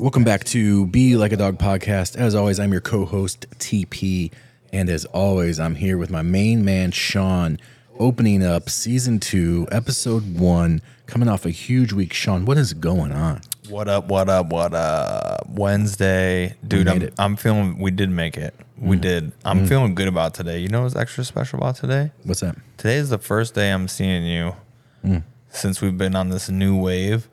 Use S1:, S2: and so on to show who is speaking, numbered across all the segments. S1: Welcome back to Be Like a Dog podcast. As always, I'm your co host, TP. And as always, I'm here with my main man, Sean, opening up season two, episode one, coming off a huge week. Sean, what is going on?
S2: What up? What up? What up? Wednesday, dude.
S1: made
S2: I'm
S1: it. Mm.
S2: I'm feeling. We did make it. We did. I'm feeling good about today. You know what's extra special about today?
S1: What's that?
S2: Today is the first day I'm seeing you
S1: Mm.
S2: since we've been on this new wave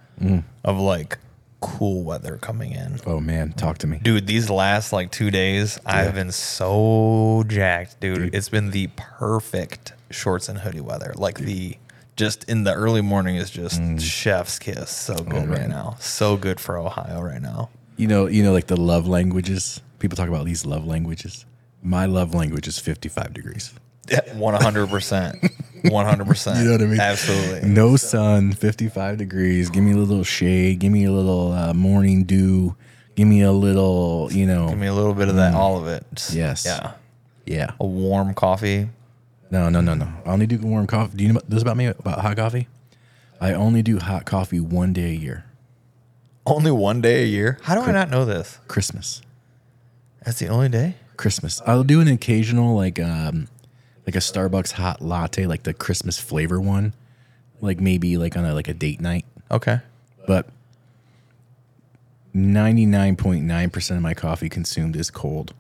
S2: of like cool weather coming in.
S1: Oh, man, talk to me.
S2: Dude, these last like two days, I've been so jacked, dude. It's been the perfect shorts and hoodie weather. Like the just in the early morning is just chef's kiss. So good right now. So good for Ohio right now.
S1: You know, you know, like the love languages. People talk about these love languages. My love language is 55 degrees.
S2: One hundred percent. One hundred percent.
S1: You know what I mean?
S2: Absolutely.
S1: No sun, 55 degrees. Give me a little shade. Give me a little uh, morning dew. Give me a little, you know.
S2: Give me a little bit of that, all of it. Just-
S1: Yes.
S2: Yeah.
S1: yeah.
S2: A warm coffee.
S1: No, no, no, no. I only do warm coffee. Do you know this about me about hot coffee? I only do hot coffee one day a year,
S2: Only one day a year. How do I not know this?
S1: Christmas.
S2: That's the only day?
S1: Christmas. I'll do an occasional like um like a Starbucks hot latte, like the Christmas flavor one, like maybe like on a like a date night.
S2: Okay.
S1: But ninety nine point nine percent of my coffee consumed is cold.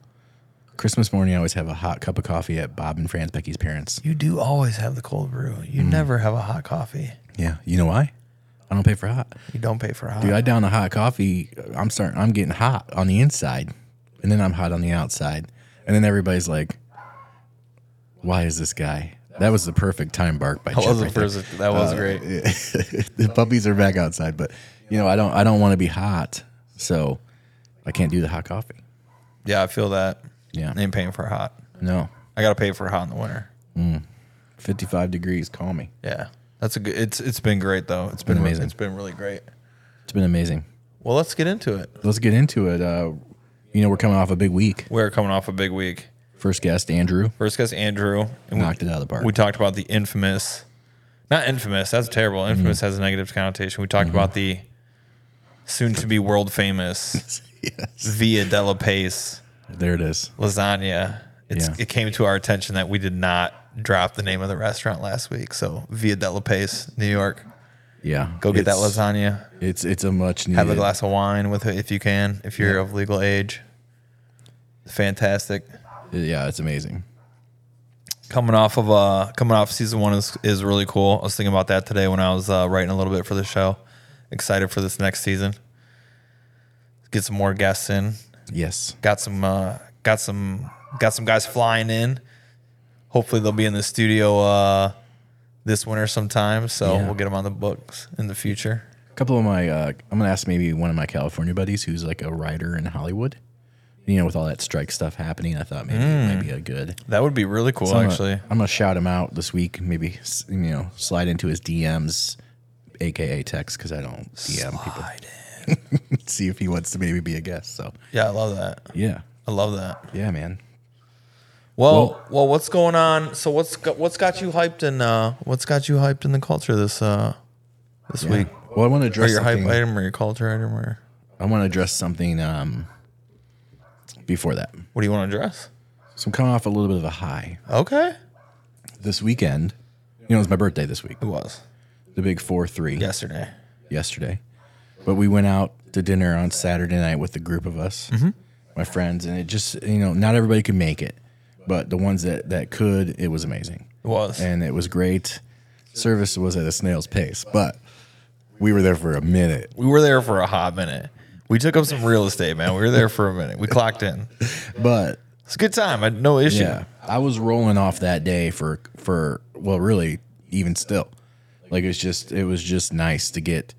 S1: Christmas morning, I always have a hot cup of coffee at Bob and Franz Becky's parents.
S2: You do always have the cold brew. You never have a hot coffee.
S1: Yeah, you know why? I don't pay for hot.
S2: You don't pay for hot.
S1: Dude, I down a hot coffee. I'm starting. I'm getting hot on the inside, and then I'm hot on the outside, and then everybody's like, "Why is this guy?" That was the perfect time bark by
S2: that
S1: Chip
S2: was the
S1: right there.
S2: first. That was great.
S1: the puppies are back outside, but you know, I don't. I don't want to be hot, so I can't do the hot coffee.
S2: Yeah, I feel that.
S1: Yeah.
S2: ain't paying for hot.
S1: No,
S2: I gotta pay for hot in the winter.
S1: 55 degrees. Call me.
S2: Yeah, that's a good. It's it's been great though. It's been,
S1: amazing.
S2: It's been really great.
S1: It's been amazing.
S2: Well, let's get into it.
S1: Let's get into it. Uh, you know, we're coming off a big week.
S2: We're coming off a big week.
S1: First guest, Andrew,
S2: First guest Andrew, and we,
S1: knocked it out of the park.
S2: we talked about the infamous, not infamous. That's terrible. Infamous has a negative connotation. We talked about the soon to be world famous
S1: yes.
S2: Via della Pace
S1: There it is.
S2: lasagna. It's,
S1: Yeah.
S2: It came to our attention that we did not drop the name of the restaurant last week. So Via della Pace, New York.
S1: Yeah.
S2: Go get that
S1: It's-
S2: lasagna.
S1: It's it's a much needed.
S2: Have a glass of wine with it if you can, if you're of legal age. Fantastic.
S1: uh, Yeah, it's amazing.
S2: Coming off of uh coming off season one is is really cool. I was thinking about that today when I was uh, writing a little bit for the show. Excited for this next season. Get some more guests in.
S1: Yes.
S2: Got some uh got some got some guys flying in. Hopefully they'll be in the studio uh this winter sometime. So
S1: Yeah.
S2: we'll get them on the books in the future.
S1: A couple of my uh, I'm gonna ask maybe one of my California buddies who's like a writer in Hollywood. You know, with all that strike stuff happening, I thought maybe it might be a good.
S2: That would be really cool
S1: I'm gonna-
S2: Hmm. actually.
S1: I'm gonna shout him out this week. Maybe s- you know, slide into his DMs, aka text, because I don't DM people.
S2: Slide
S1: See if he wants to maybe be a guest. So
S2: Yeah, I love that.
S1: yeah,
S2: I love that.
S1: yeah, man.
S2: Well,
S1: Well-
S2: well, what's going on? So what's got, what's got you hyped in uh what's got you hyped in the culture this uh this week?
S1: Well, I want to
S2: Or
S1: address
S2: your hype
S1: something.
S2: item or your culture item or
S1: I want to address something um, before that.
S2: what do you want to address?
S1: So I'm coming off a little bit of a high.
S2: Okay.
S1: this weekend. You know, it was my birthday this week,
S2: It was
S1: the big 4 3
S2: yesterday.
S1: yesterday. But we went out to dinner on Saturday night with a group of us, my friends, and it just, you know, not everybody could make it, but the ones that, that could, it was amazing.
S2: It was.
S1: And it was great. Service was at a snail's pace, but we were there for a minute.
S2: we were there for a hot minute. We took up some real estate, man. We were there for a minute. We clocked in.
S1: But
S2: It's a good time. I no issue.
S1: yeah, I was rolling off that day for, for, well, really, even still. Like it's just, it was just nice to get,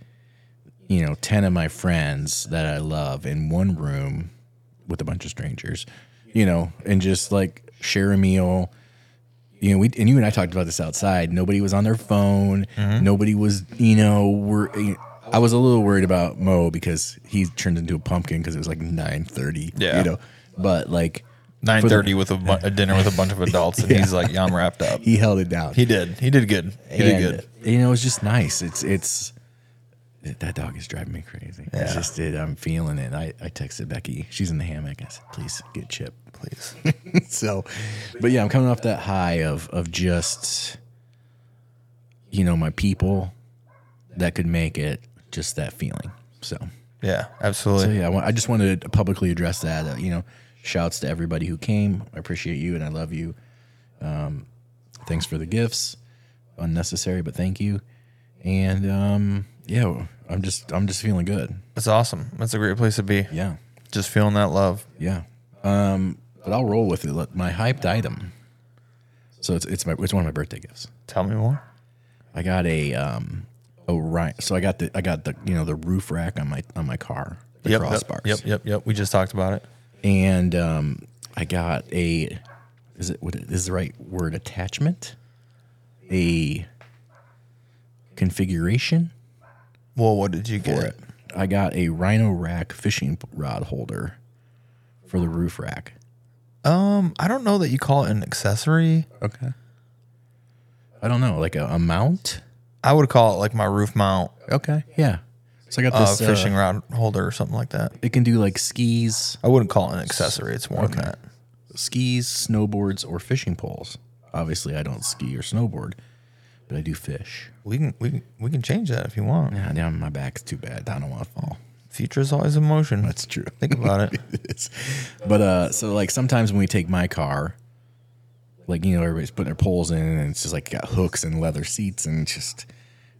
S1: you know, 10 of my friends that I love in one room with a bunch of strangers, you know, and just like share a meal. You know, we and you and I talked about this outside. Nobody was on their phone. Nobody was, you know, we're. I was a little worried about Mo because he turned into a pumpkin because it was like nine thirty.
S2: Yeah.
S1: you know, but like
S2: Nine thirty with a, bu- a dinner with a bunch of adults, and he's like, "Yeah, I'm wrapped up."
S1: he held it down.
S2: He did. He did good. He did
S1: And,
S2: good.
S1: You know, it's just nice. It's it's That that dog is driving me crazy. It's just it. I'm feeling it. I, I texted Becky. She's in the hammock. I said, please get Chip, please. so, but yeah, I'm coming off that high of of just, you know, my people that could make it. Just that feeling. So,
S2: Yeah,
S1: so
S2: absolutely.
S1: yeah, I, wa- I just wanted to publicly address that. Uh, you know, shouts to everybody who came. I appreciate you and I love you. Um, thanks for the gifts, unnecessary, but thank you. And um, yeah, I'm just I'm just feeling good.
S2: It's awesome. It's a great place to be.
S1: Yeah,
S2: Just feeling that love.
S1: yeah. Um, but I'll roll with it. Look, My hyped item. So it's it's my it's one of my birthday gifts.
S2: Tell me more.
S1: I got a um Orion. So I got the I got the you know the roof rack on my on my car. The
S2: yep,
S1: crossbars.
S2: Yep, yep, yep. We just talked about it.
S1: and um, I got a is it what is the right word attachment a configuration
S2: Well, what did you
S1: for
S2: get?
S1: it. I got a Rhino Rack fishing rod holder for the roof rack.
S2: Um, I don't know that you call it an accessory.
S1: Okay. I don't know, like a, a mount.
S2: I would call it like my roof mount,
S1: Okay, yeah. So I got
S2: uh,
S1: this uh,
S2: fishing rod holder or something like that.
S1: It can do like skis,
S2: I wouldn't call it an accessory. It's more than that.
S1: skis, snowboards, or fishing poles. Obviously, I don't ski or snowboard, but I do fish.
S2: We can we can, we can change that if you want.
S1: Yeah, now my back's too bad. I don't want to fall.
S2: Future is always in motion.
S1: That's true.
S2: Think about it.
S1: but uh, so like sometimes when we take my car, like you know everybody's putting their poles in, and it's just like got hooks and leather seats, and just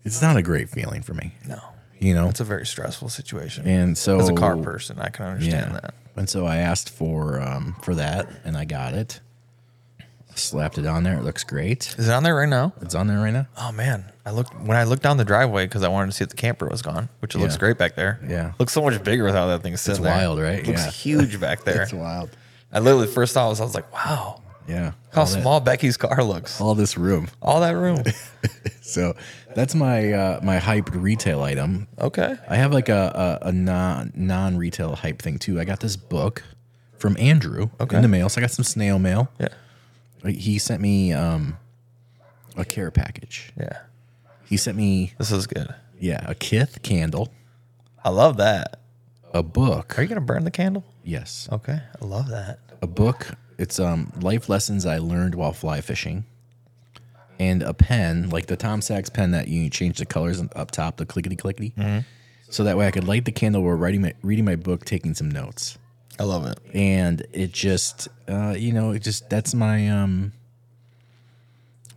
S1: it's not a great feeling for me.
S2: No,
S1: You know,
S2: it's a very stressful situation.
S1: and so
S2: As a car person, I can understand that.
S1: And so I asked for um for that, and I got it. Slapped it on there. It looks great.
S2: Is it on there right now?
S1: It's on there right now.
S2: Oh man, I looked when I looked down the driveway because I wanted to see if the camper was gone, which it looks
S1: Yeah.
S2: great back there.
S1: Yeah.
S2: looks so much bigger without that thing sitting there.
S1: wild, right?
S2: Looks
S1: Yeah.
S2: huge back there.
S1: wild.
S2: I literally first thought was I was like, wow,
S1: Yeah.
S2: how
S1: all that-
S2: small Becky's car looks.
S1: all this room.
S2: All that room.
S1: So that's my uh, my hyped retail item.
S2: Okay.
S1: I have like a, a, a non non retail hype thing too. I got this book from Andrew
S2: Okay.
S1: in the mail. So I got some snail mail.
S2: Yeah.
S1: He sent me um, a care package.
S2: Yeah.
S1: He sent me
S2: This is good.
S1: yeah a Kith candle,
S2: I love that.
S1: a book.
S2: Are you gonna burn the candle?
S1: Yes,
S2: Okay. I love that.
S1: a book. It's um life lessons I learned while fly fishing, and a pen like the Tom Sachs pen that you change the colors up top, the clickety clickety.
S2: Mm-hmm.
S1: So that way I could light the candle while writing my reading my book, taking some notes.
S2: I love it.
S1: and it just uh you know it just that's my um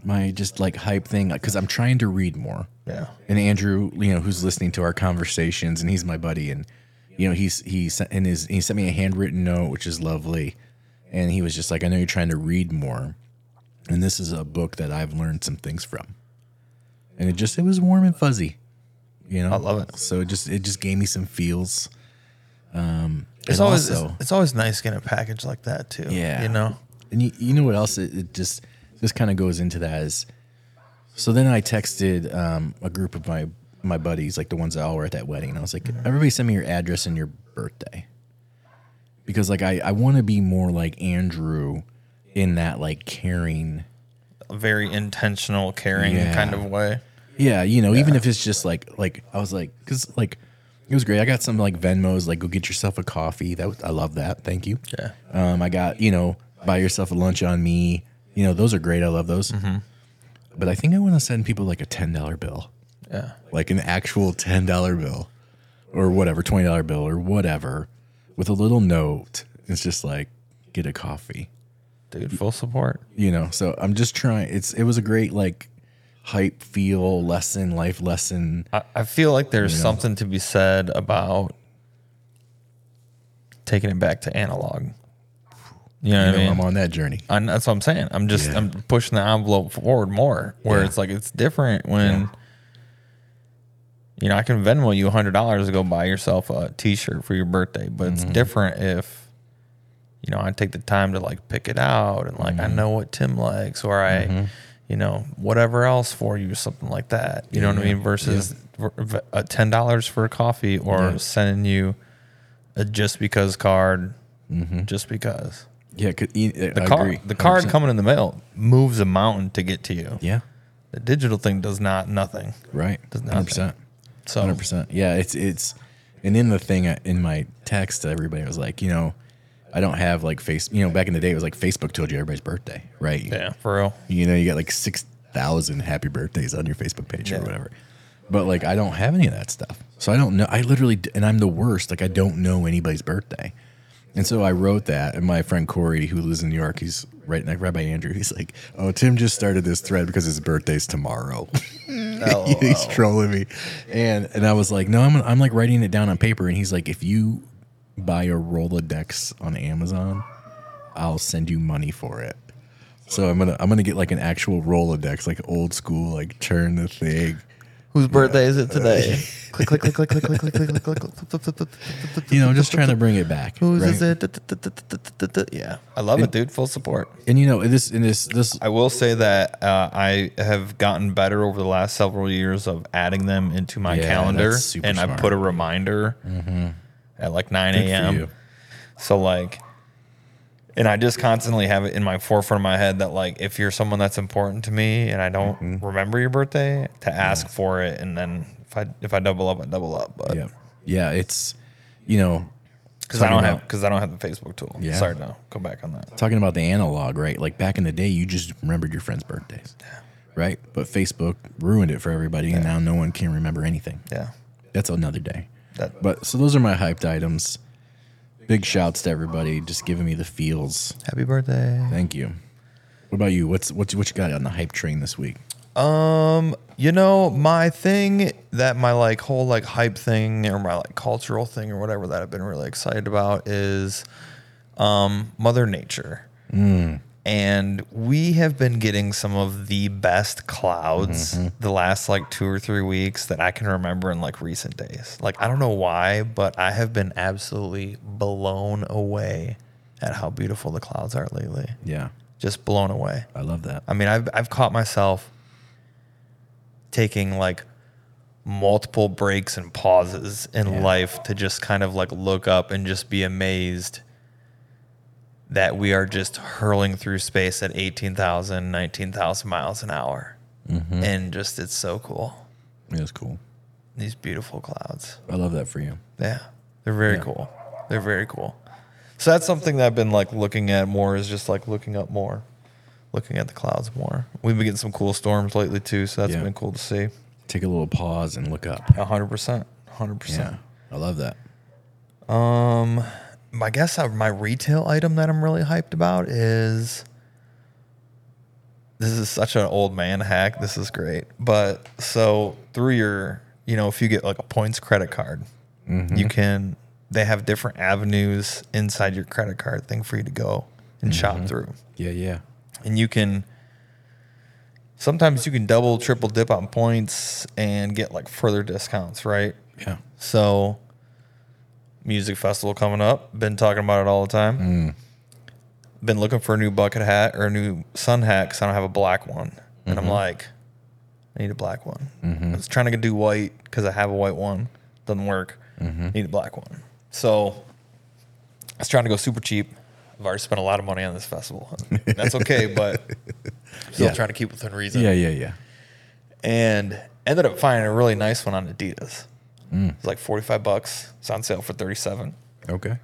S1: my just like hype thing because i'm trying to read more
S2: Yeah.
S1: and andrew you know who's listening to our conversations and he's my buddy and you know he's he sent in his he sent me a handwritten note which is lovely and he was just like i know you're trying to read more and this is a book that i've learned some things from and it just it was warm and fuzzy you know i
S2: love it.
S1: so it just it just gave me some feels
S2: It's
S1: And
S2: always
S1: also-
S2: it's, it's always nice getting a package like that too.
S1: Yeah.
S2: You know?
S1: And you, you know what else? It, it just this kind of goes into that is. So then I texted um, a group of my my buddies, like the ones that all were at that wedding, and I was like,
S2: Mm-hmm.
S1: "Everybody, send me your address and your birthday," because like I I want to be more like Andrew in that like caring.
S2: A very intentional, caring
S1: Yeah.
S2: kind of way.
S1: Yeah, you know, even if it's just like like I was like, because like it was great. I got some like Venmos, like go get yourself a coffee. That was, I love that. Thank you.
S2: Yeah.
S1: Um, I got you know buy yourself a lunch on me. You know those are great. I love those.
S2: Mm-hmm.
S1: But I think I want to send people like a ten dollar bill,
S2: Yeah.
S1: like an actual ten dollar bill, or whatever twenty dollar bill or whatever, with a little note. It's just like get a coffee.
S2: Dude, full support.
S1: You know. So I'm just trying. It's it was a great like hype feel lesson life lesson.
S2: I, I feel like there's something to be said about taking it back to analog. You
S1: You
S2: know what
S1: know,
S2: I mean?
S1: I'm on that journey.
S2: I, that's what I'm saying. I'm just
S1: Yeah.
S2: I'm pushing the envelope forward more, where
S1: Yeah.
S2: it's like it's different when you know I can Venmo you hundred dollars to go buy yourself a T-shirt for your birthday, but it's
S1: Mm-hmm.
S2: different if you know I take the time to like pick it out and like I
S1: Mm-hmm.
S2: know what Tim likes or I you know whatever else for you something like that. You know what I mean? Versus v- v- a ten dollars for a coffee or sending you a just because card,
S1: Mm-hmm.
S2: just because.
S1: Yeah, could, the I
S2: Car-
S1: agree.
S2: the card coming in the mail moves a mountain to get to you.
S1: Yeah,
S2: The digital thing does not nothing.
S1: right.
S2: Does nothing.
S1: Hundred percent.
S2: So
S1: hundred percent. Yeah, it's it's, and in the thing I- in my text to everybody, it was like, you know, I don't have like face. You know, back in the day, it was like Facebook told you everybody's birthday, right?
S2: yeah, for real.
S1: You know, you got like six thousand happy birthdays on your Facebook page
S2: Yeah.
S1: or whatever. But like, I don't have any of that stuff, so I don't know. I literally, d- and I'm the worst. Like, I don't know anybody's birthday, and so I wrote that. And my friend Corey, who lives in New York, he's right next Rabbi Andrew. He's like, "Oh, Tim just started this thread because his birthday's tomorrow."
S2: Oh,
S1: he's trolling me, and and I was like, "No, I'm I'm like writing it down on paper." And he's like, "If you buy a Rolodex on Amazon, I'll send you money for it." So I'm gonna I'm gonna get like an actual Rolodex, like old school, like turn the thing.
S2: Whose birthday is it today? click, click, click, click, click, click, click, click, click, click, click, click, click, click, click.
S1: You know, just trying to bring it back.
S2: Whose is
S1: right?
S2: it? Da-da-da-da-da-da-da. Yeah, I love it, dude. Full support.
S1: And you know, this in this this
S2: I will say that uh, I have gotten better over the last several years of adding them into my
S1: Yeah,
S2: calendar,
S1: that's super
S2: and I
S1: smart.
S2: put a reminder at like 9
S1: for
S2: a.m.
S1: you.
S2: So like, and I just constantly have it in my forefront of my head that like, if you're someone that's important to me and I don't remember your birthday, to ask for it, and then if I if I double up, I double up. But
S1: Yeah. Yeah, it's you know
S2: because I don't
S1: talking
S2: have
S1: about-
S2: because I don't have the Facebook tool.
S1: Yeah.
S2: Sorry, no, go back on that.
S1: talking about the analog, right? Like back in the day, you just remembered your friends' birthdays, right? But Facebook ruined it for everybody, and now no one can remember anything.
S2: Yeah,
S1: That's another day.
S2: that
S1: But so those are my hyped items. Big shouts to everybody, just giving me the feels.
S2: happy birthday.
S1: Thank you. What about you? What's what's what you got on the hype train this week?
S2: Um, you know, my thing that my like whole like hype thing or my like cultural thing or whatever that I've been really excited about is um Mother Nature. And we have been getting some of the best clouds the last like two or three weeks that I can remember in like recent days. Like I don't know why, but I have been absolutely blown away at how beautiful the clouds are lately.
S1: Yeah,
S2: Just blown away.
S1: I love that.
S2: I mean, I've I've caught myself taking like multiple breaks and pauses in life to just kind of like look up and just be amazed that we are just hurling through space at 18,000, 19,000 miles an hour. And just it's so cool.
S1: It was cool.
S2: These beautiful clouds.
S1: I love that for you.
S2: Yeah. They're very cool. They're very cool. So that's something that I've been like looking at more is just like looking up more, looking at the clouds more. We've been getting some cool storms lately too, so that's
S1: Yeah.
S2: been cool to see.
S1: Take a little pause and look up.
S2: A hundred percent. a hundred
S1: Yeah,
S2: percent.
S1: I love that.
S2: Um I guess I, my retail item that I'm really hyped about is this is such an old man hack. This is great. But so through your, you know, if you get like a points credit card, you can, they have different avenues inside your credit card thing for you to go and shop through.
S1: Yeah, yeah.
S2: And you can, sometimes you can double, triple dip on points and get like further discounts, right?
S1: Yeah.
S2: So, music festival coming up. Been talking about it all the time. Been looking for a new bucket hat or a new sun hat because I don't have a black one. And I'm like, I need a black one. I was trying to do white because I have a white one. Doesn't work. Need a black one. So, I was trying to go super cheap. I've already spent a lot of money on this festival. That's okay, but I'm still
S1: Yeah.
S2: trying to keep within reason
S1: Yeah, yeah, yeah.
S2: and ended up finding a really nice one on Adidas. It's like 45 bucks. It's on sale for 37.
S1: Okay.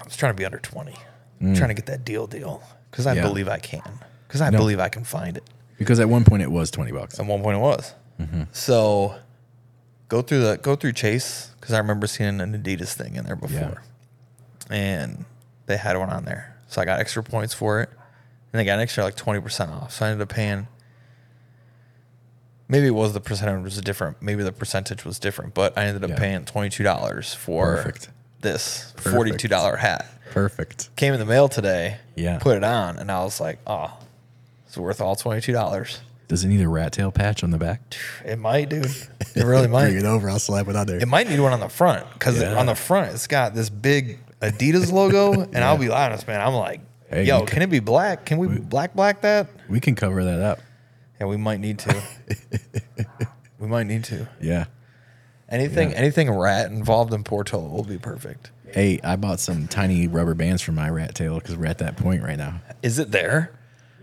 S2: I was trying to be under 20. I'm trying to get that deal deal because I
S1: Yeah.
S2: believe I can. Because I believe I can find it.
S1: Because at one point it was twenty bucks.
S2: At one point it was.
S1: Mm-hmm.
S2: So go through the go through Chase because I remember seeing an Adidas thing in there before, and they had one on there. So I got extra points for it, and they got an extra like twenty percent off. So I ended up paying. Maybe it was the percentage was different. Maybe the percentage was different, but I ended up
S1: Yeah.
S2: paying twenty two dollars for
S1: Perfect.
S2: this forty two dollar hat.
S1: Perfect.
S2: Came in the mail today.
S1: Yeah.
S2: put it on, and I was like, oh, it's worth all twenty two dollars.
S1: Does it need a rat tail patch on the back?
S2: It might, dude. It really might.
S1: Bring it over. I'll slap it on there.
S2: It might need one on the front because
S1: Yeah.
S2: on the front it's got this big Adidas logo, and I'll be honest, man, I'm like,
S1: Hey,
S2: yo,
S1: you
S2: can it be black? Can we black black that?
S1: We can cover that up.
S2: Yeah, we might need to. we might need to.
S1: Yeah.
S2: Anything anything rat involved in Portola will be perfect.
S1: Hey, I bought some tiny rubber bands for my rat tail because we're at that point right now.
S2: Is it there?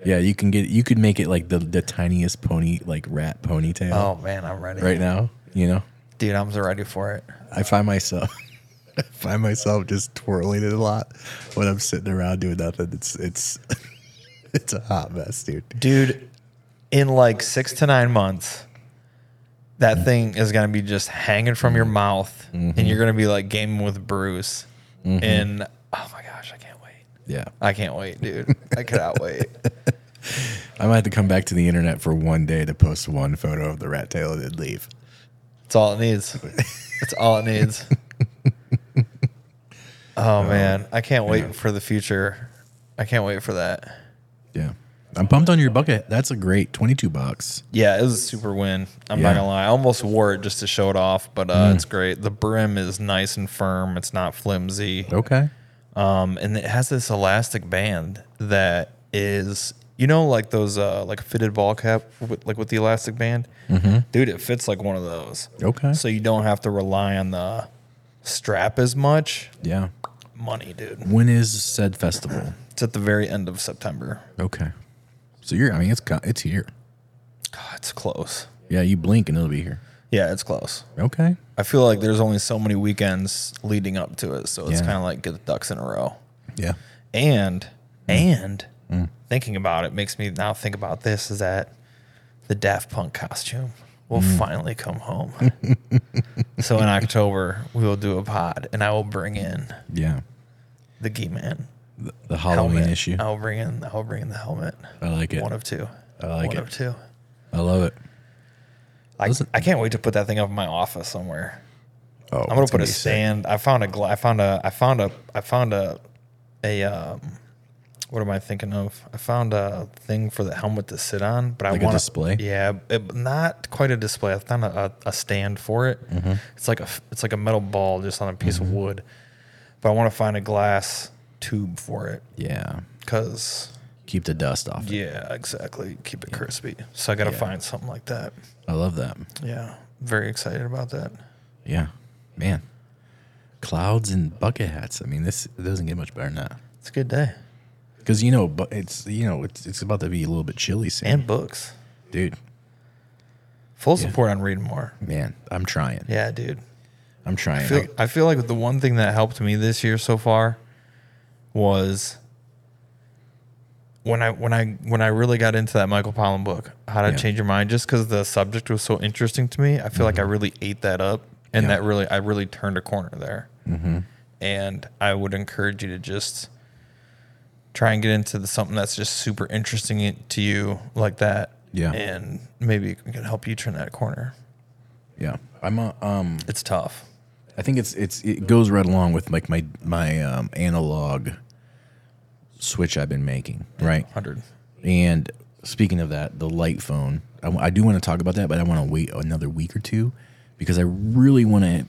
S1: Yeah, you can get you could make it like the the tiniest pony like rat ponytail
S2: Oh man, I'm ready.
S1: right now. You know,
S2: Dude, I'm so ready for it.
S1: I find myself I find myself just twirling it a lot when I'm sitting around doing nothing. It's it's it's a hot mess, dude.
S2: Dude, in like six to nine months, that thing is going to be just hanging from your mouth and you're going to be like gaming with Bruce. And oh my gosh, I can't wait.
S1: Yeah.
S2: I can't wait, dude. I cannot wait.
S1: I might have to come back to the internet for one day to post one photo of the rat tail and then leave.
S2: It's all it needs. It's all it needs. Oh man, I can't wait for the future. I can't wait for that.
S1: Yeah. I'm pumped on your bucket. That's a great 22 bucks.
S2: Yeah, it was a super win. I'm
S1: Yeah.
S2: not gonna lie. I almost wore it just to show it off, but uh, it's great. The brim is nice and firm. It's not flimsy.
S1: Okay.
S2: Um, and it has this elastic band that is, you know, like those uh, like fitted ball cap, with, like with the elastic band. Dude, it fits like one of those.
S1: Mm-hmm. Okay.
S2: So you don't have to rely on the strap as much.
S1: Yeah.
S2: Money, dude.
S1: When is said festival?
S2: It's at the very end of September.
S1: Okay. So you're I mean it's co- it's here.
S2: God, it's close.
S1: Yeah, you blink and it'll be here.
S2: Yeah, it's close.
S1: Okay.
S2: I feel like there's only so many weekends leading up to it, so it's
S1: Yeah.
S2: kind of like get the ducks in a row.
S1: Yeah.
S2: And
S1: Mm.
S2: and thinking about it makes me now think about this is that the Daft Punk costume will
S1: Mm.
S2: finally come home. so in October we will do a pod, and I will bring in
S1: Yeah.
S2: the Gee Man
S1: The, the Halloween
S2: helmet.
S1: issue.
S2: I will bring in I will bring in the helmet.
S1: I like it.
S2: Oh. One of two.
S1: I like
S2: One
S1: it.
S2: of two.
S1: I love it.
S2: I,
S1: Listen-
S2: I can't wait to put that thing up in my office somewhere.
S1: Oh,
S2: I'm gonna put a stand. I found a gla- I found a. I found a. I found a. A. Um, what am I thinking of? I found a thing for the helmet to sit on, but
S1: Like
S2: I
S1: a
S2: want
S1: display?
S2: Yeah, it, not quite a display. I found a, a, a stand for it.
S1: Mm-hmm.
S2: It's like a. f- It's like a metal ball just on a piece of wood, but I want to find a glass tube for it
S1: Yeah.
S2: because.
S1: Keep the dust off. it.
S2: Yeah, exactly. Keep it crispy. So I got to find something like that.
S1: I love that.
S2: Yeah, very excited about that.
S1: Yeah. Man. Clouds and bucket hats. I mean, this it doesn't get much better than that.
S2: It's a good day.
S1: Because you know, but it's you know, it's it's about to be a little bit chilly soon,
S2: And books.
S1: dude.
S2: Full support on reading more.
S1: Man, I'm trying.
S2: Yeah, dude.
S1: I'm trying. Oh,
S2: I feel, I feel like the one thing that helped me this year so far was when I when I when I really got into that Michael Pollan book, How to
S1: Yeah.
S2: Change Your Mind, just because the subject was so interesting to me. I feel like I really ate that up, and
S1: Mm-hmm. Yeah. Mm-hmm.
S2: that really I really turned a corner there. And I would encourage you to just try and get into the, something that's just super interesting to you like that.
S1: Yeah.
S2: and maybe it can help you turn that corner.
S1: yeah, I'm. Uh, um,
S2: It's tough.
S1: I think it's it's it goes right along with like my my um analog switch I've been making, right?
S2: Hundred.
S1: And speaking of that, the light phone, I, w- I do want to talk about that, but I want to wait another week or two because I really want to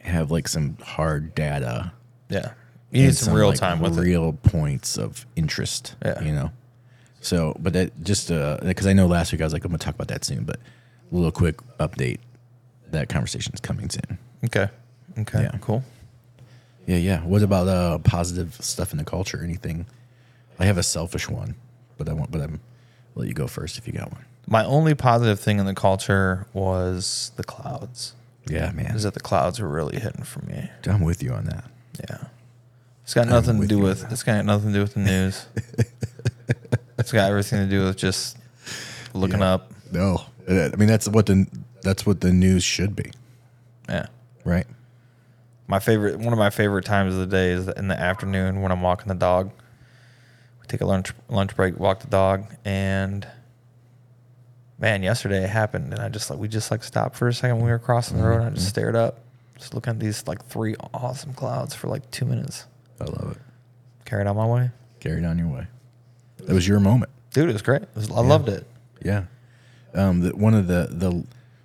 S1: have like some hard data
S2: Yeah. You need
S1: and
S2: some, real
S1: like,
S2: time with it.
S1: real points of interest.
S2: Yeah.
S1: you know. So, but that just because I know last week I was like I'm gonna talk about that soon, but a little quick update. That conversation is coming soon.
S2: Okay. Okay.
S1: Yeah.
S2: Cool.
S1: Yeah, yeah. What about uh, positive stuff in the culture? Anything? I have a selfish one, but I want, but I'm I'll let you go first if you got one.
S2: My only positive thing in the culture was the clouds.
S1: Yeah, man.
S2: Is that the clouds were really hitting for me.
S1: I'm with you on that.
S2: Yeah. It's got nothing to
S1: with
S2: do
S1: you on
S2: with it's got nothing to do with the news. it's got everything to do with just looking up.
S1: No, Uh, I mean that's what the that's what the news should be,
S2: Yeah.
S1: right?
S2: My favorite one of my favorite times of the day is in the afternoon when I'm walking the dog. We take a lunch lunch break, walk the dog, and man, yesterday it happened, and I just like we just like stopped for a second. when We were crossing the road, and I
S1: Mm-hmm.
S2: just stared up, just looking at these like three awesome clouds for like two minutes.
S1: I love it.
S2: Carried on my way,
S1: Carry it on your way. That was your moment.
S2: dude. It was great. It was, I loved it.
S1: Yeah. Um, the, one of the the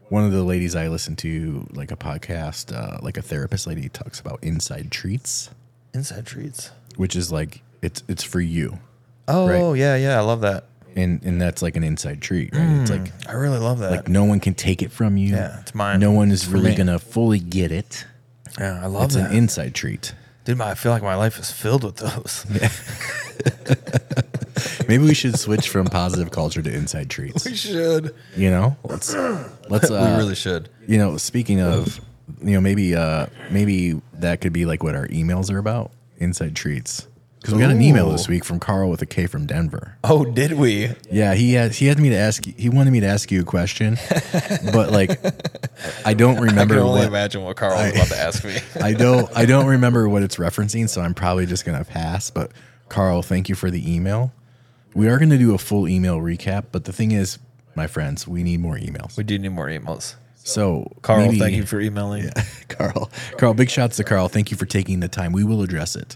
S1: one of the ladies I listen to, like a podcast, uh, like a therapist lady, talks about inside treats,
S2: Inside treats.
S1: which is like it's it's for you,
S2: Oh yeah, yeah, I love that.
S1: and and that's like an inside treat, right? It's like
S2: I really love that.
S1: like no one can take it from you.
S2: Hmm. Yeah, it's mine.
S1: No one is really
S2: me.
S1: gonna fully get it.
S2: yeah, I love
S1: It's
S2: that.
S1: an inside treat.
S2: dude, my, I feel like my life is filled with those.
S1: Maybe we should switch from positive culture to inside treats.
S2: we should.
S1: You know, let's let's uh,
S2: we really should.
S1: you know, speaking of you know, maybe uh maybe that could be like what our emails are about. Inside treats. Because we got an email this
S2: Ooh.
S1: week from Carl with a K from Denver.
S2: Oh, did we?
S1: Yeah, he had he had me to ask he wanted me to ask you a question, but like I don't
S2: I
S1: remember
S2: can only
S1: what
S2: imagine what Carl was about to ask me.
S1: I don't I don't remember what it's referencing, so I'm probably just gonna pass. But Carl, thank you for the email. We are gonna do a full email recap, but the thing is, my friends, we need more emails.
S2: we do need more emails.
S1: So
S2: Carl,
S1: maybe-
S2: thank you for emailing.
S1: Carl. Carl, big shouts to Carl. Thank you for taking the time. We will address it,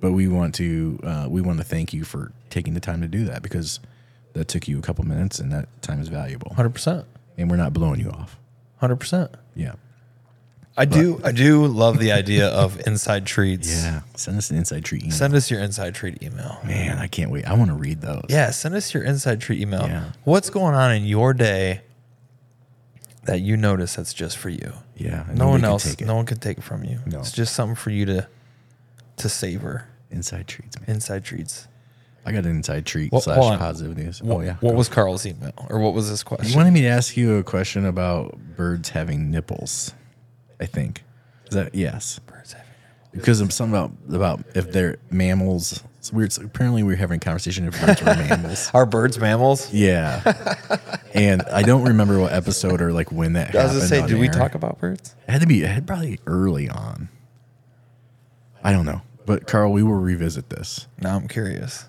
S1: but we want to uh, we want to thank you for taking the time to do that because that took you a couple minutes and that time is valuable.
S2: 100%.
S1: And we're not blowing you off.
S2: 100%.
S1: Yeah.
S2: I do I do love the idea of inside treats.
S1: Yeah. Send us an inside treat email.
S2: Send us your inside treat email.
S1: Man, I can't wait. I want to read those.
S2: Yeah, send us your inside treat email.
S1: Yeah.
S2: What's going on in your day that you notice that's just for you?
S1: Yeah.
S2: No
S1: nobody
S2: one
S1: can
S2: else,
S1: take it.
S2: no one can take it from you.
S1: No.
S2: It's just something for you to to savor.
S1: Inside treats, man.
S2: Inside treats.
S1: I got an inside treat
S2: Well, hold
S1: slash
S2: on.
S1: positive news.
S2: What,
S1: oh yeah.
S2: What was Carl's email or what was his
S1: you
S2: question?
S1: wanted me to ask you a question about birds having nipples. I think. Is that yes?
S2: Birds having-
S1: Because of something about about if they're mammals. It's weird. So apparently, we are having a conversation if birds were mammals.
S2: Are birds mammals?
S1: Yeah. and I don't remember what episode or like when that
S2: I was
S1: happened.
S2: gonna say,
S1: on
S2: did we
S1: air.
S2: talk about birds?
S1: It had to be. It had probably early on. I don't know, but Carl, we will revisit this.
S2: Now I'm curious.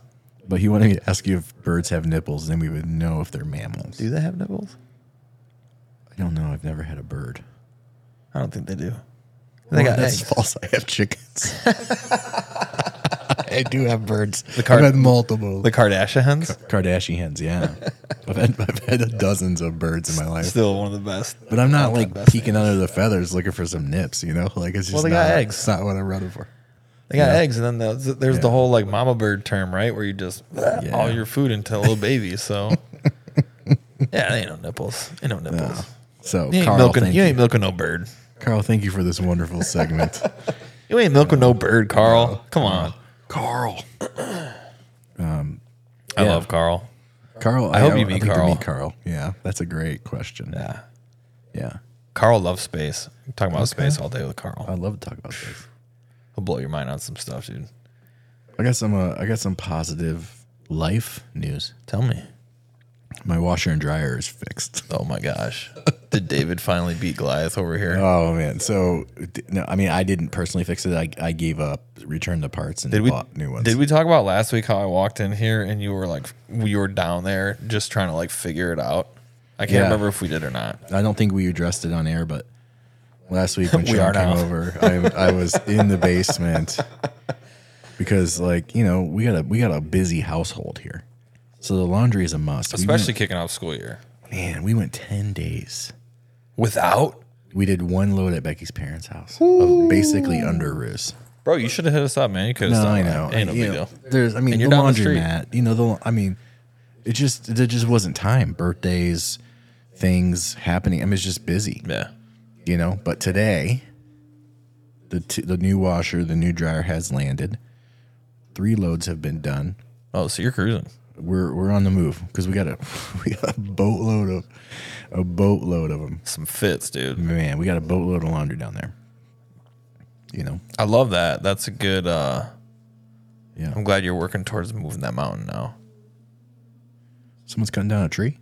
S1: But he wanted me to ask you if birds have nipples, then we would know if they're mammals.
S2: Do they have nipples?
S1: I don't know. I've never had a bird.
S2: I don't think they do. They
S1: Well,
S2: got
S1: that's
S2: eggs.
S1: false. I have chickens. I do have birds. The
S2: Card-
S1: I've had multiple.
S2: The Kardashians?
S1: Kardashians, yeah. I've had, I've had dozens of birds in my life.
S2: Still one of the best.
S1: But I'm not
S2: all-time
S1: like
S2: best
S1: peeking under the feathers looking for some nips, you know? Like it's just
S2: Well, they
S1: not,
S2: got eggs.
S1: It's not what I'm running for.
S2: They got eggs, and then the, there's
S1: Yeah.
S2: the whole like mama bird term, right? Where you just bleh, all
S1: Yeah.
S2: your food into a little baby. So yeah, they ain't no nipples. Ain't no nipples.
S1: So
S2: You ain't
S1: Carl,
S2: milking.
S1: thank
S2: You
S1: you.
S2: ain't milking no bird.
S1: Carl, thank you for this wonderful segment.
S2: You ain't milking no bird, Carl. Come on.
S1: Carl.
S2: I
S1: Yeah.
S2: love Carl.
S1: Carl, I,
S2: hope you meet
S1: like to
S2: Carl.
S1: meet Carl. Yeah, that's a great question.
S2: Yeah,
S1: Yeah.
S2: Carl loves space. I'm talking about space all day with Carl.
S1: I'd love to talk about this.
S2: He'll blow your mind on some stuff, dude.
S1: I got some uh, I got some positive life news.
S2: Tell me.
S1: My washer and dryer is fixed.
S2: Oh my gosh, did David finally beat Goliath over here?
S1: Oh man! So d- no, I mean I didn't personally fix it. I, I gave up, returned the parts, and
S2: Did we
S1: bought new ones.
S2: Did we talk about last week how I walked in here and you were like we were down there just trying to like figure it out? I can't
S1: Yeah.
S2: remember if we did or not.
S1: I don't think we addressed it on air, but last week when
S2: We
S1: Sean
S2: are
S1: came
S2: now.
S1: over, I, I was in the basement because, like, you know, we got a we got a busy household here, so the laundry is a must. We went-
S2: Especially kicking off school year.
S1: man, we went ten days.
S2: Without?
S1: We did one load at Becky's parents' house, of basically under roofs.
S2: Bro, you should have hit us up, man. You could have
S1: No,
S2: stopped.
S1: I
S2: by.
S1: know.
S2: Ain't no
S1: You
S2: big
S1: know,
S2: deal.
S1: There's, I mean, the
S2: you're down the street.
S1: laundromat. You know, the. I mean, it just there just wasn't time. Birthdays, things happening. I mean, it's just busy.
S2: Yeah.
S1: You know, but today, the t- the new washer, the new dryer has landed. Three loads have been done.
S2: Oh, so you're cruising.
S1: We're we're on the move because we got a we got a boatload of a boatload of them.
S2: Some fits, dude.
S1: Man, we got a boatload of laundry down there. You know,
S2: I love that. That's a good uh
S1: yeah.
S2: I'm glad you're working towards moving that mountain now.
S1: Someone's cutting down a tree.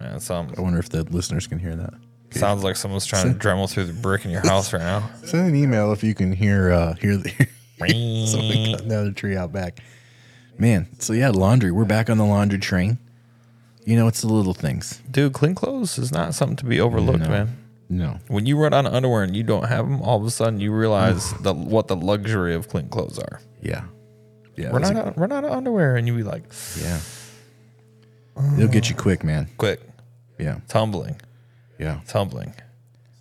S2: Man, some,
S1: I wonder if the listeners can hear that.
S2: sounds like someone's trying to Dremel through the brick in your house right now.
S1: Send an email if you can hear uh hear the something
S2: Ring.
S1: cutting down a tree out back. Man, so yeah, laundry. We're back on the laundry train. You know, it's the little things.
S2: Dude, clean clothes is not something to be overlooked, man.
S1: No.
S2: when you run out of underwear and you don't have them, all of a sudden you realize
S1: Mm.
S2: the, what the luxury of clean clothes are.
S1: Yeah. Yeah.
S2: Run
S1: it's
S2: out,
S1: a-
S2: of, run out of underwear and you be like,
S1: yeah. It'll get you quick, man.
S2: quick,
S1: Yeah.
S2: tumbling,
S1: Yeah.
S2: tumbling.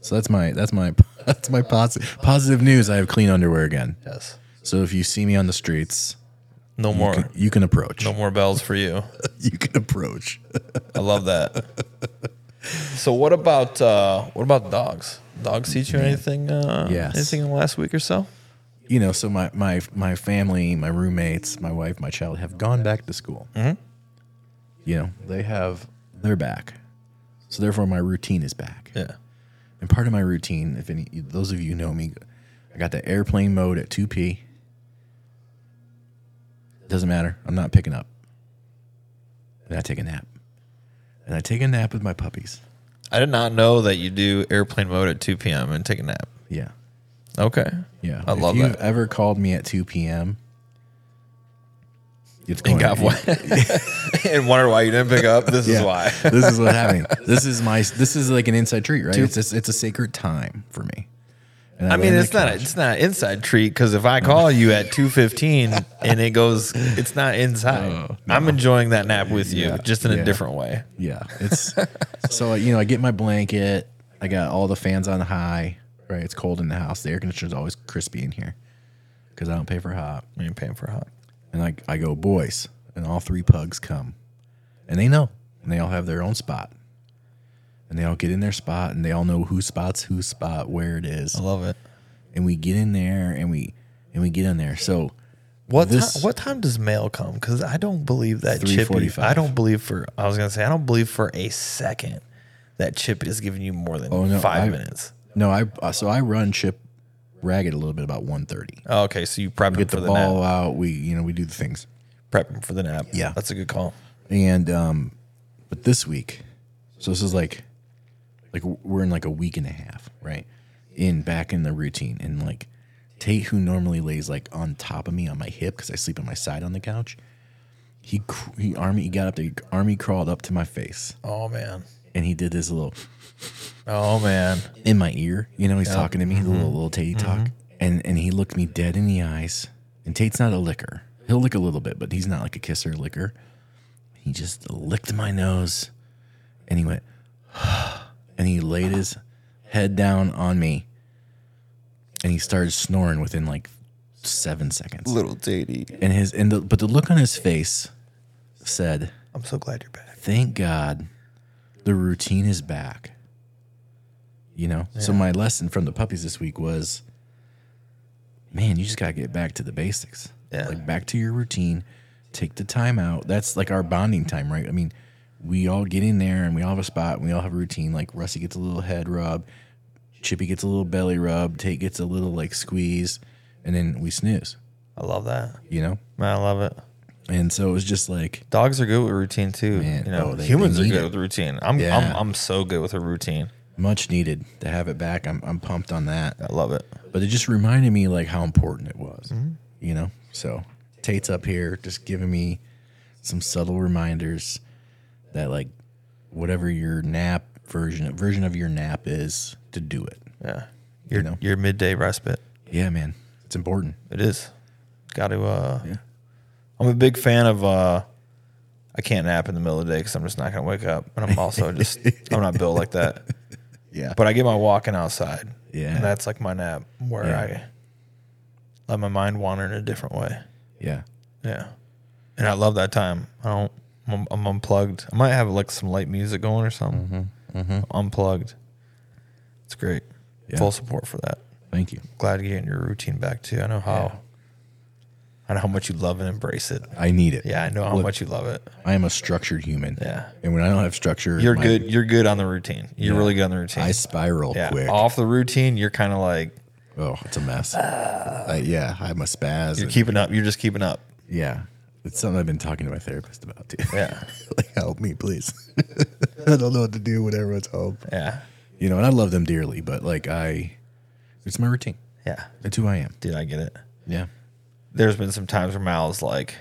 S1: So that's my that's my that's my positive positive news. I have clean underwear again.
S2: Yes.
S1: So if you see me on the streets,
S2: No more,
S1: you can approach.
S2: no more bells for you.
S1: You can approach.
S2: I love that. so what about uh, what about dogs? Dogs teach you anything? Uh,
S1: Yes.
S2: Anything in the last week or so?
S1: you know, so my my my family, my roommates, my wife, my child have gone back to school.
S2: Mm-hmm.
S1: You know, they have they're back, so therefore my routine is back.
S2: Yeah.
S1: and part of my routine, if any those of you know me, I got the airplane mode at 2p. Doesn't matter. I'm not picking up. And I take a nap. And I take a nap with my puppies.
S2: I did not know that you do airplane mode at 2 p.m. and take a nap.
S1: Yeah.
S2: Okay.
S1: Yeah.
S2: I
S1: if
S2: love
S1: you've
S2: that.
S1: ever called me at 2 p.m., it's
S2: And
S1: going
S2: got what? and wondered why you didn't pick up. This is
S1: Yeah.
S2: why.
S1: this is what's happening. This is my. This is like an inside treat, right? It's a, it's a sacred time for me. And
S2: I
S1: lay
S2: mean,
S1: on the
S2: it's not
S1: couch.
S2: it's not inside treat because if I call you at two fifteen and it goes, it's not inside. I'm enjoying that nap with you,
S1: Yeah,
S2: just in
S1: yeah.
S2: a different way.
S1: Yeah, it's so you know I get my blanket. I got all the fans on high. Right, it's cold in the house. The air conditioner's always crispy in here because I don't pay for hot.
S2: I mean, paying for hot.
S1: And I I go boys, and all three pugs come, and they know, and they all have their own spot, and they all get in their spot, and they all know whose spot's whose spot, where it is,
S2: I love it.
S1: and we get in there, and we and we get in there. So
S2: What
S1: This-
S2: ti- what time does mail come? Because I don't believe that Chippy.
S1: 3:45.
S2: I don't believe for. I was gonna say I don't believe for a second that Chip is giving you more than
S1: Oh, no,
S2: five
S1: I-
S2: minutes.
S1: no, I uh, so I run Chip ragged a little bit about 1.30.
S2: Oh, okay, so you prep him
S1: Get
S2: for
S1: the,
S2: the nap.
S1: ball out. We you know we do the things.
S2: Prep him for the nap.
S1: Yeah.
S2: that's a good call.
S1: and um but this week so this is like like we're in like a week and a half right in back in the routine and like tate who normally lays like on top of me on my hip because i sleep on my side on the couch he cr- he army he got up there he army crawled up to my face
S2: Oh man.
S1: and he did this little
S2: Oh man.
S1: in my ear you know he's talking to me the little little tatey talk and and he looked me dead in the eyes and tate's not a licker he'll lick a little bit but he's not like a kisser licker he just licked my nose and he went and he laid his head down on me and he started snoring within like seven seconds
S2: Little Tatey.
S1: and his and the, but the look on his face said
S2: I'm so glad you're back.
S1: thank god the routine is back you know so my lesson from the puppies this week was man you just got to get back to the basics
S2: Yeah.
S1: like back to your routine take the time out that's like our bonding time right i mean we all get in there and we all have a spot and we all have a routine like rusty gets a little head rub chippy gets a little belly rub tate gets a little like squeeze and then we snooze
S2: I love that.
S1: you know
S2: Man, I love it.
S1: and so it was just like
S2: Dogs are good with routine too.
S1: Man,
S2: you know,
S1: oh, they-
S2: humans
S1: they
S2: are
S1: need
S2: good
S1: it.
S2: with routine. I'm, I'm
S1: Yeah.
S2: I'm so good with a routine.
S1: much needed to have it back i'm, I'm pumped on that
S2: I love it.
S1: but it just reminded me like how important it was
S2: Mm-hmm.
S1: you know so tate's up here just giving me some subtle reminders that like whatever your nap version version of your nap is to do it
S2: Yeah. Your
S1: know.
S2: your midday respite.
S1: yeah man it's important
S2: It is. Got to. Uh, I'm a big fan of. Uh, I can't nap in the middle of the day because I'm just not going to wake up, and I'm also just I'm not built like that.
S1: yeah
S2: But I get my walking outside.
S1: Yeah.
S2: And that's like my nap where
S1: Yeah.
S2: I let my mind wander in a different way.
S1: yeah
S2: Yeah. And I love that time. I don't. I'm, I'm unplugged. I might have like some light music going or something. Unplugged. It's great.
S1: Yeah.
S2: Full support for that
S1: thank you
S2: glad you're getting your routine back too. I know how. I know how much you love and embrace it.
S1: i need it
S2: Yeah, I know how
S1: Look,
S2: much you love it.
S1: i am a structured human
S2: Yeah.
S1: and when i don't have structure
S2: You're
S1: my-
S2: good. You're good on the routine. You're really good on the routine.
S1: i spiral
S2: yeah,
S1: quick
S2: off the routine, you're kind of like
S1: oh it's a mess I, yeah i'm a spaz
S2: you're
S1: and-
S2: keeping up. You're just keeping up.
S1: yeah it's something i've been talking to my therapist about too
S2: Yeah,
S1: like help me please i don't know what to do when everyone's home
S2: yeah,
S1: you know and i love them dearly but like i it's my routine
S2: yeah.
S1: it's who i am
S2: Dude, I get it.
S1: yeah
S2: There's been some times where Mal's like,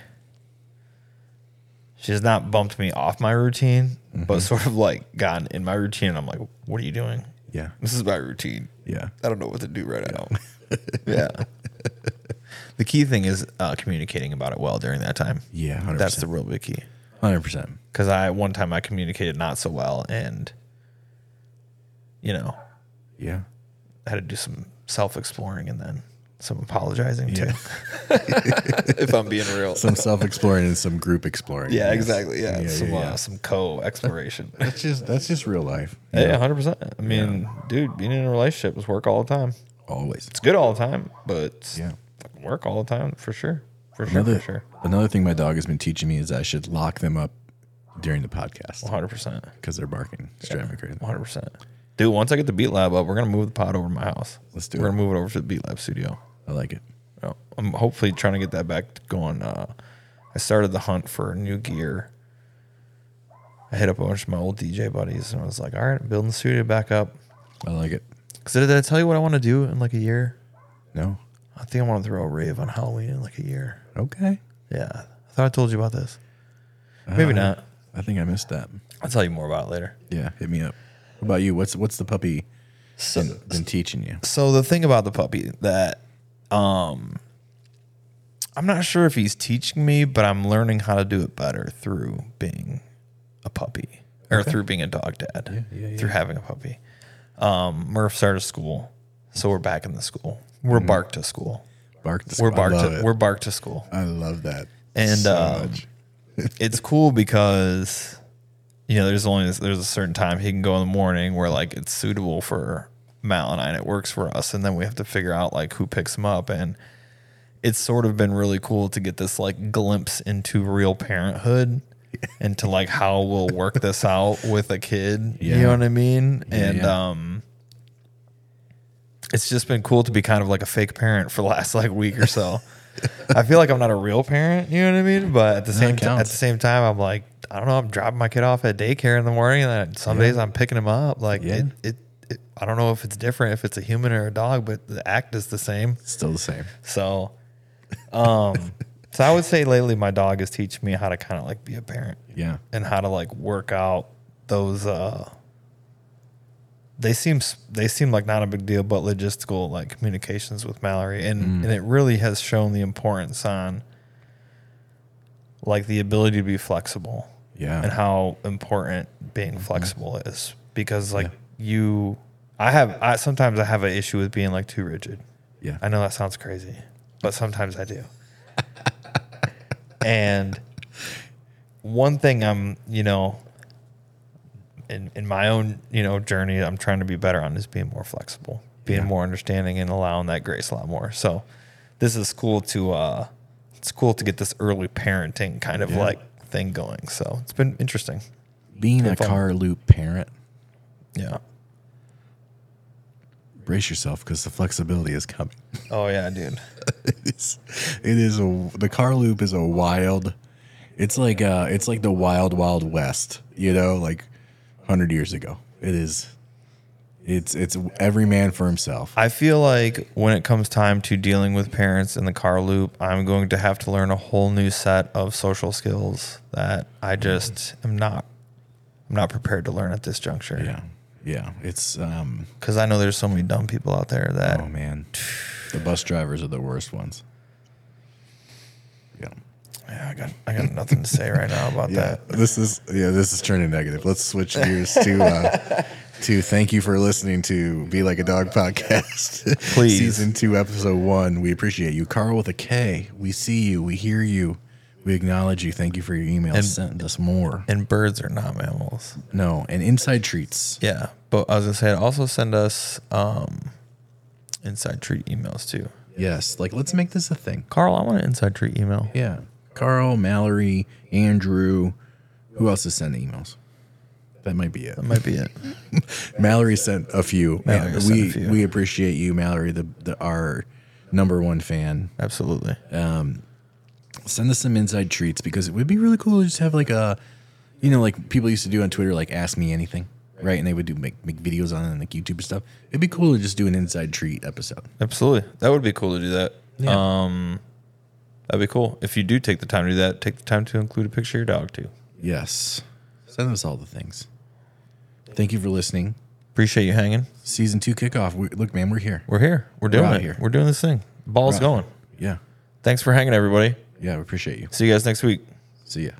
S2: she's not bumped me off my routine, but sort of like gotten in my routine. And I'm like, what are you doing?
S1: yeah
S2: This is my routine.
S1: yeah
S2: I don't know what to do right now. yeah. The key thing is uh, communicating about it well during that time.
S1: yeah 100%,
S2: That's the real big key.
S1: 100%
S2: Because I one time I communicated not so well, and you know,
S1: yeah
S2: I had to do some self exploring and then some apologizing too. if I'm being real.
S1: some self-exploring and some group exploring
S2: yeah,
S1: Yes.
S2: exactly. Yeah,
S1: yeah,
S2: some
S1: yeah,
S2: Uh, some co exploration.
S1: that's just that's just real life you
S2: yeah,
S1: know,
S2: hundred percent. I mean, dude, being in a relationship is work all the time.
S1: always
S2: It's good all the time, but it's
S1: Yeah.
S2: fucking work all the time for sure. For sure,
S1: another
S2: for sure.
S1: another thing my dog has been teaching me is i should lock them up during the podcast
S2: One hundred percent.
S1: because they're barking it's driving me crazy
S2: One hundred percent. Dude, once I get the Beat Lab up, we're gonna move the pod over to my house.
S1: Let's do
S2: We're
S1: it.
S2: gonna move it over to the Beat Lab studio.
S1: I like it.
S2: Yeah. I'm hopefully trying to get that back going. Uh, I started the hunt for new gear. I hit up a bunch of my old DJ buddies and I was like, all right, building the studio back up.
S1: I like it.
S2: Cause did I tell you what I want to do in like a year?
S1: No.
S2: I think I want to throw a rave on Halloween in like a year.
S1: Okay.
S2: Yeah, I thought I told you about this. Maybe
S1: Uh,
S2: not.
S1: I think I missed that.
S2: I'll tell you more about it later.
S1: Yeah, hit me up. What about you? What's what's the puppy
S2: So,
S1: been, been teaching you?
S2: so the thing about the puppy that um I'm not sure if he's teaching me, but I'm learning how to do it better through being a puppy or through being a dog dad,
S1: Yeah, yeah, yeah.
S2: through having a puppy. Um, Murph started school, so we're back in the school. We're bark to school.
S1: Bark. To
S2: We're
S1: Mm-hmm. I
S2: bark
S1: love
S2: to
S1: it.
S2: we're bark to school.
S3: I love that.
S2: And,
S3: so
S2: um,
S3: much.
S2: it's cool because you know there's only there's a certain time he can go in the morning where like it's suitable for Mal and I and it works for us and then we have to figure out like who picks him up and it's sort of been really cool to get this like glimpse into real parenthood and to like how we'll work this out with a kid you
S1: Yeah.
S2: know what I mean and
S1: yeah.
S2: um it's just been cool to be kind of like a fake parent for the last like week or so. I feel like I'm not a real parent, you know what I mean? But at the same time, at
S1: counts.
S2: the same time, I'm like, I don't know. I'm dropping my kid off at daycare in the morning, and then some days I'm picking him up. Like
S1: Yeah.
S2: it, it, it, I don't know if it's different if it's a human or a dog, but the act is the same.
S1: Still the same.
S2: So, um, so I would say lately my dog has teaching me how to kind of like be a parent
S1: Yeah.
S2: and how to like work out those uh they seem s- they seem like not a big deal but logistical like communications with Mallory and and it really has shown the importance on like the ability to be flexible
S1: Yeah.
S2: and how important being flexible is because like you I have I sometimes I have an issue with being like too rigid
S1: Yeah.
S2: I know that sounds crazy, but sometimes I do. and one thing I'm, you know, in in my own, you know, journey, I'm trying to be better on is being more flexible, being more understanding, and allowing that grace a lot more. So, this is cool to uh, it's cool to get this early parenting kind of
S1: Yeah.
S2: like thing going. So it's been interesting.
S1: Being a
S2: fun.
S1: car loop parent,
S2: Yeah.
S1: brace yourself because the flexibility is coming.
S2: Oh yeah, dude.
S1: it's, it is a, the car loop is a wild. It's like uh, it's like the wild wild west. You know, like hundred years ago. It is. It's it's every man for himself.
S2: I feel like when it comes time to dealing with parents in the car loop, I'm going to have to learn a whole new set of social skills that
S1: Mm-hmm.
S2: I just am not I'm not prepared to learn at this juncture.
S1: Yeah. Yeah. It's um.
S2: Cuz I know there's so many dumb people out there that
S1: Oh man, the bus drivers are the worst ones. Yeah.
S2: yeah, I got I got nothing to say right now about
S1: Yeah,
S2: that.
S1: this is yeah, this is turning negative. Let's switch gears to uh, to thank you for listening to Be Like a Dog podcast,
S2: Please.
S1: season two, episode one. We appreciate you, Carl with a K. We see you, we hear you, we acknowledge you. Thank you for your email.
S2: And-
S1: Send us more.
S2: And birds are not mammals.
S1: No, and inside treats.
S2: Yeah, but I was going to say also send us um inside treat emails too.
S1: Yes, like let's make this a thing.
S2: Carl, I want an inside treat email.
S1: Yeah, Carl, Mallory, Andrew. Who else has sent emails? That might be it.
S2: That might be it.
S1: Mallory sent a few.
S2: Mallory
S1: Yeah,
S2: sent
S1: we
S2: a few.
S1: we appreciate you, Mallory, the, the our number one fan.
S2: Absolutely.
S1: Send us some inside treats because it would be really cool to just have like a, you know, like people used to do on Twitter, like ask me anything, right? And they would do make make videos on it and like YouTube and stuff. It'd be cool to just do an inside treat episode.
S2: Absolutely. That would be cool to do that.
S1: Yeah.
S2: Um that'd be cool. If you do take the time to do that, take the time to include a picture of your dog too.
S1: Yes, send us all the things. Thank you for listening.
S2: Appreciate you hanging.
S1: Season two kickoff. We, look, man, we're here.
S2: We're here. We're doing
S1: out
S2: it.
S1: here.
S2: We're doing this thing. Ball's
S1: We're out
S2: going.
S1: Yeah,
S2: Thanks for hanging, everybody.
S1: yeah, we appreciate you.
S2: See you guys next week.
S1: See ya.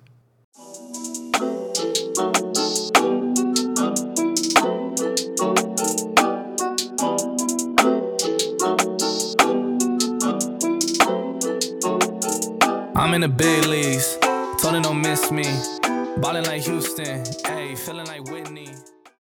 S4: I'm in the big leagues. Told her don't miss me. Ballin' like Houston. Ayy, feeling like Whitney.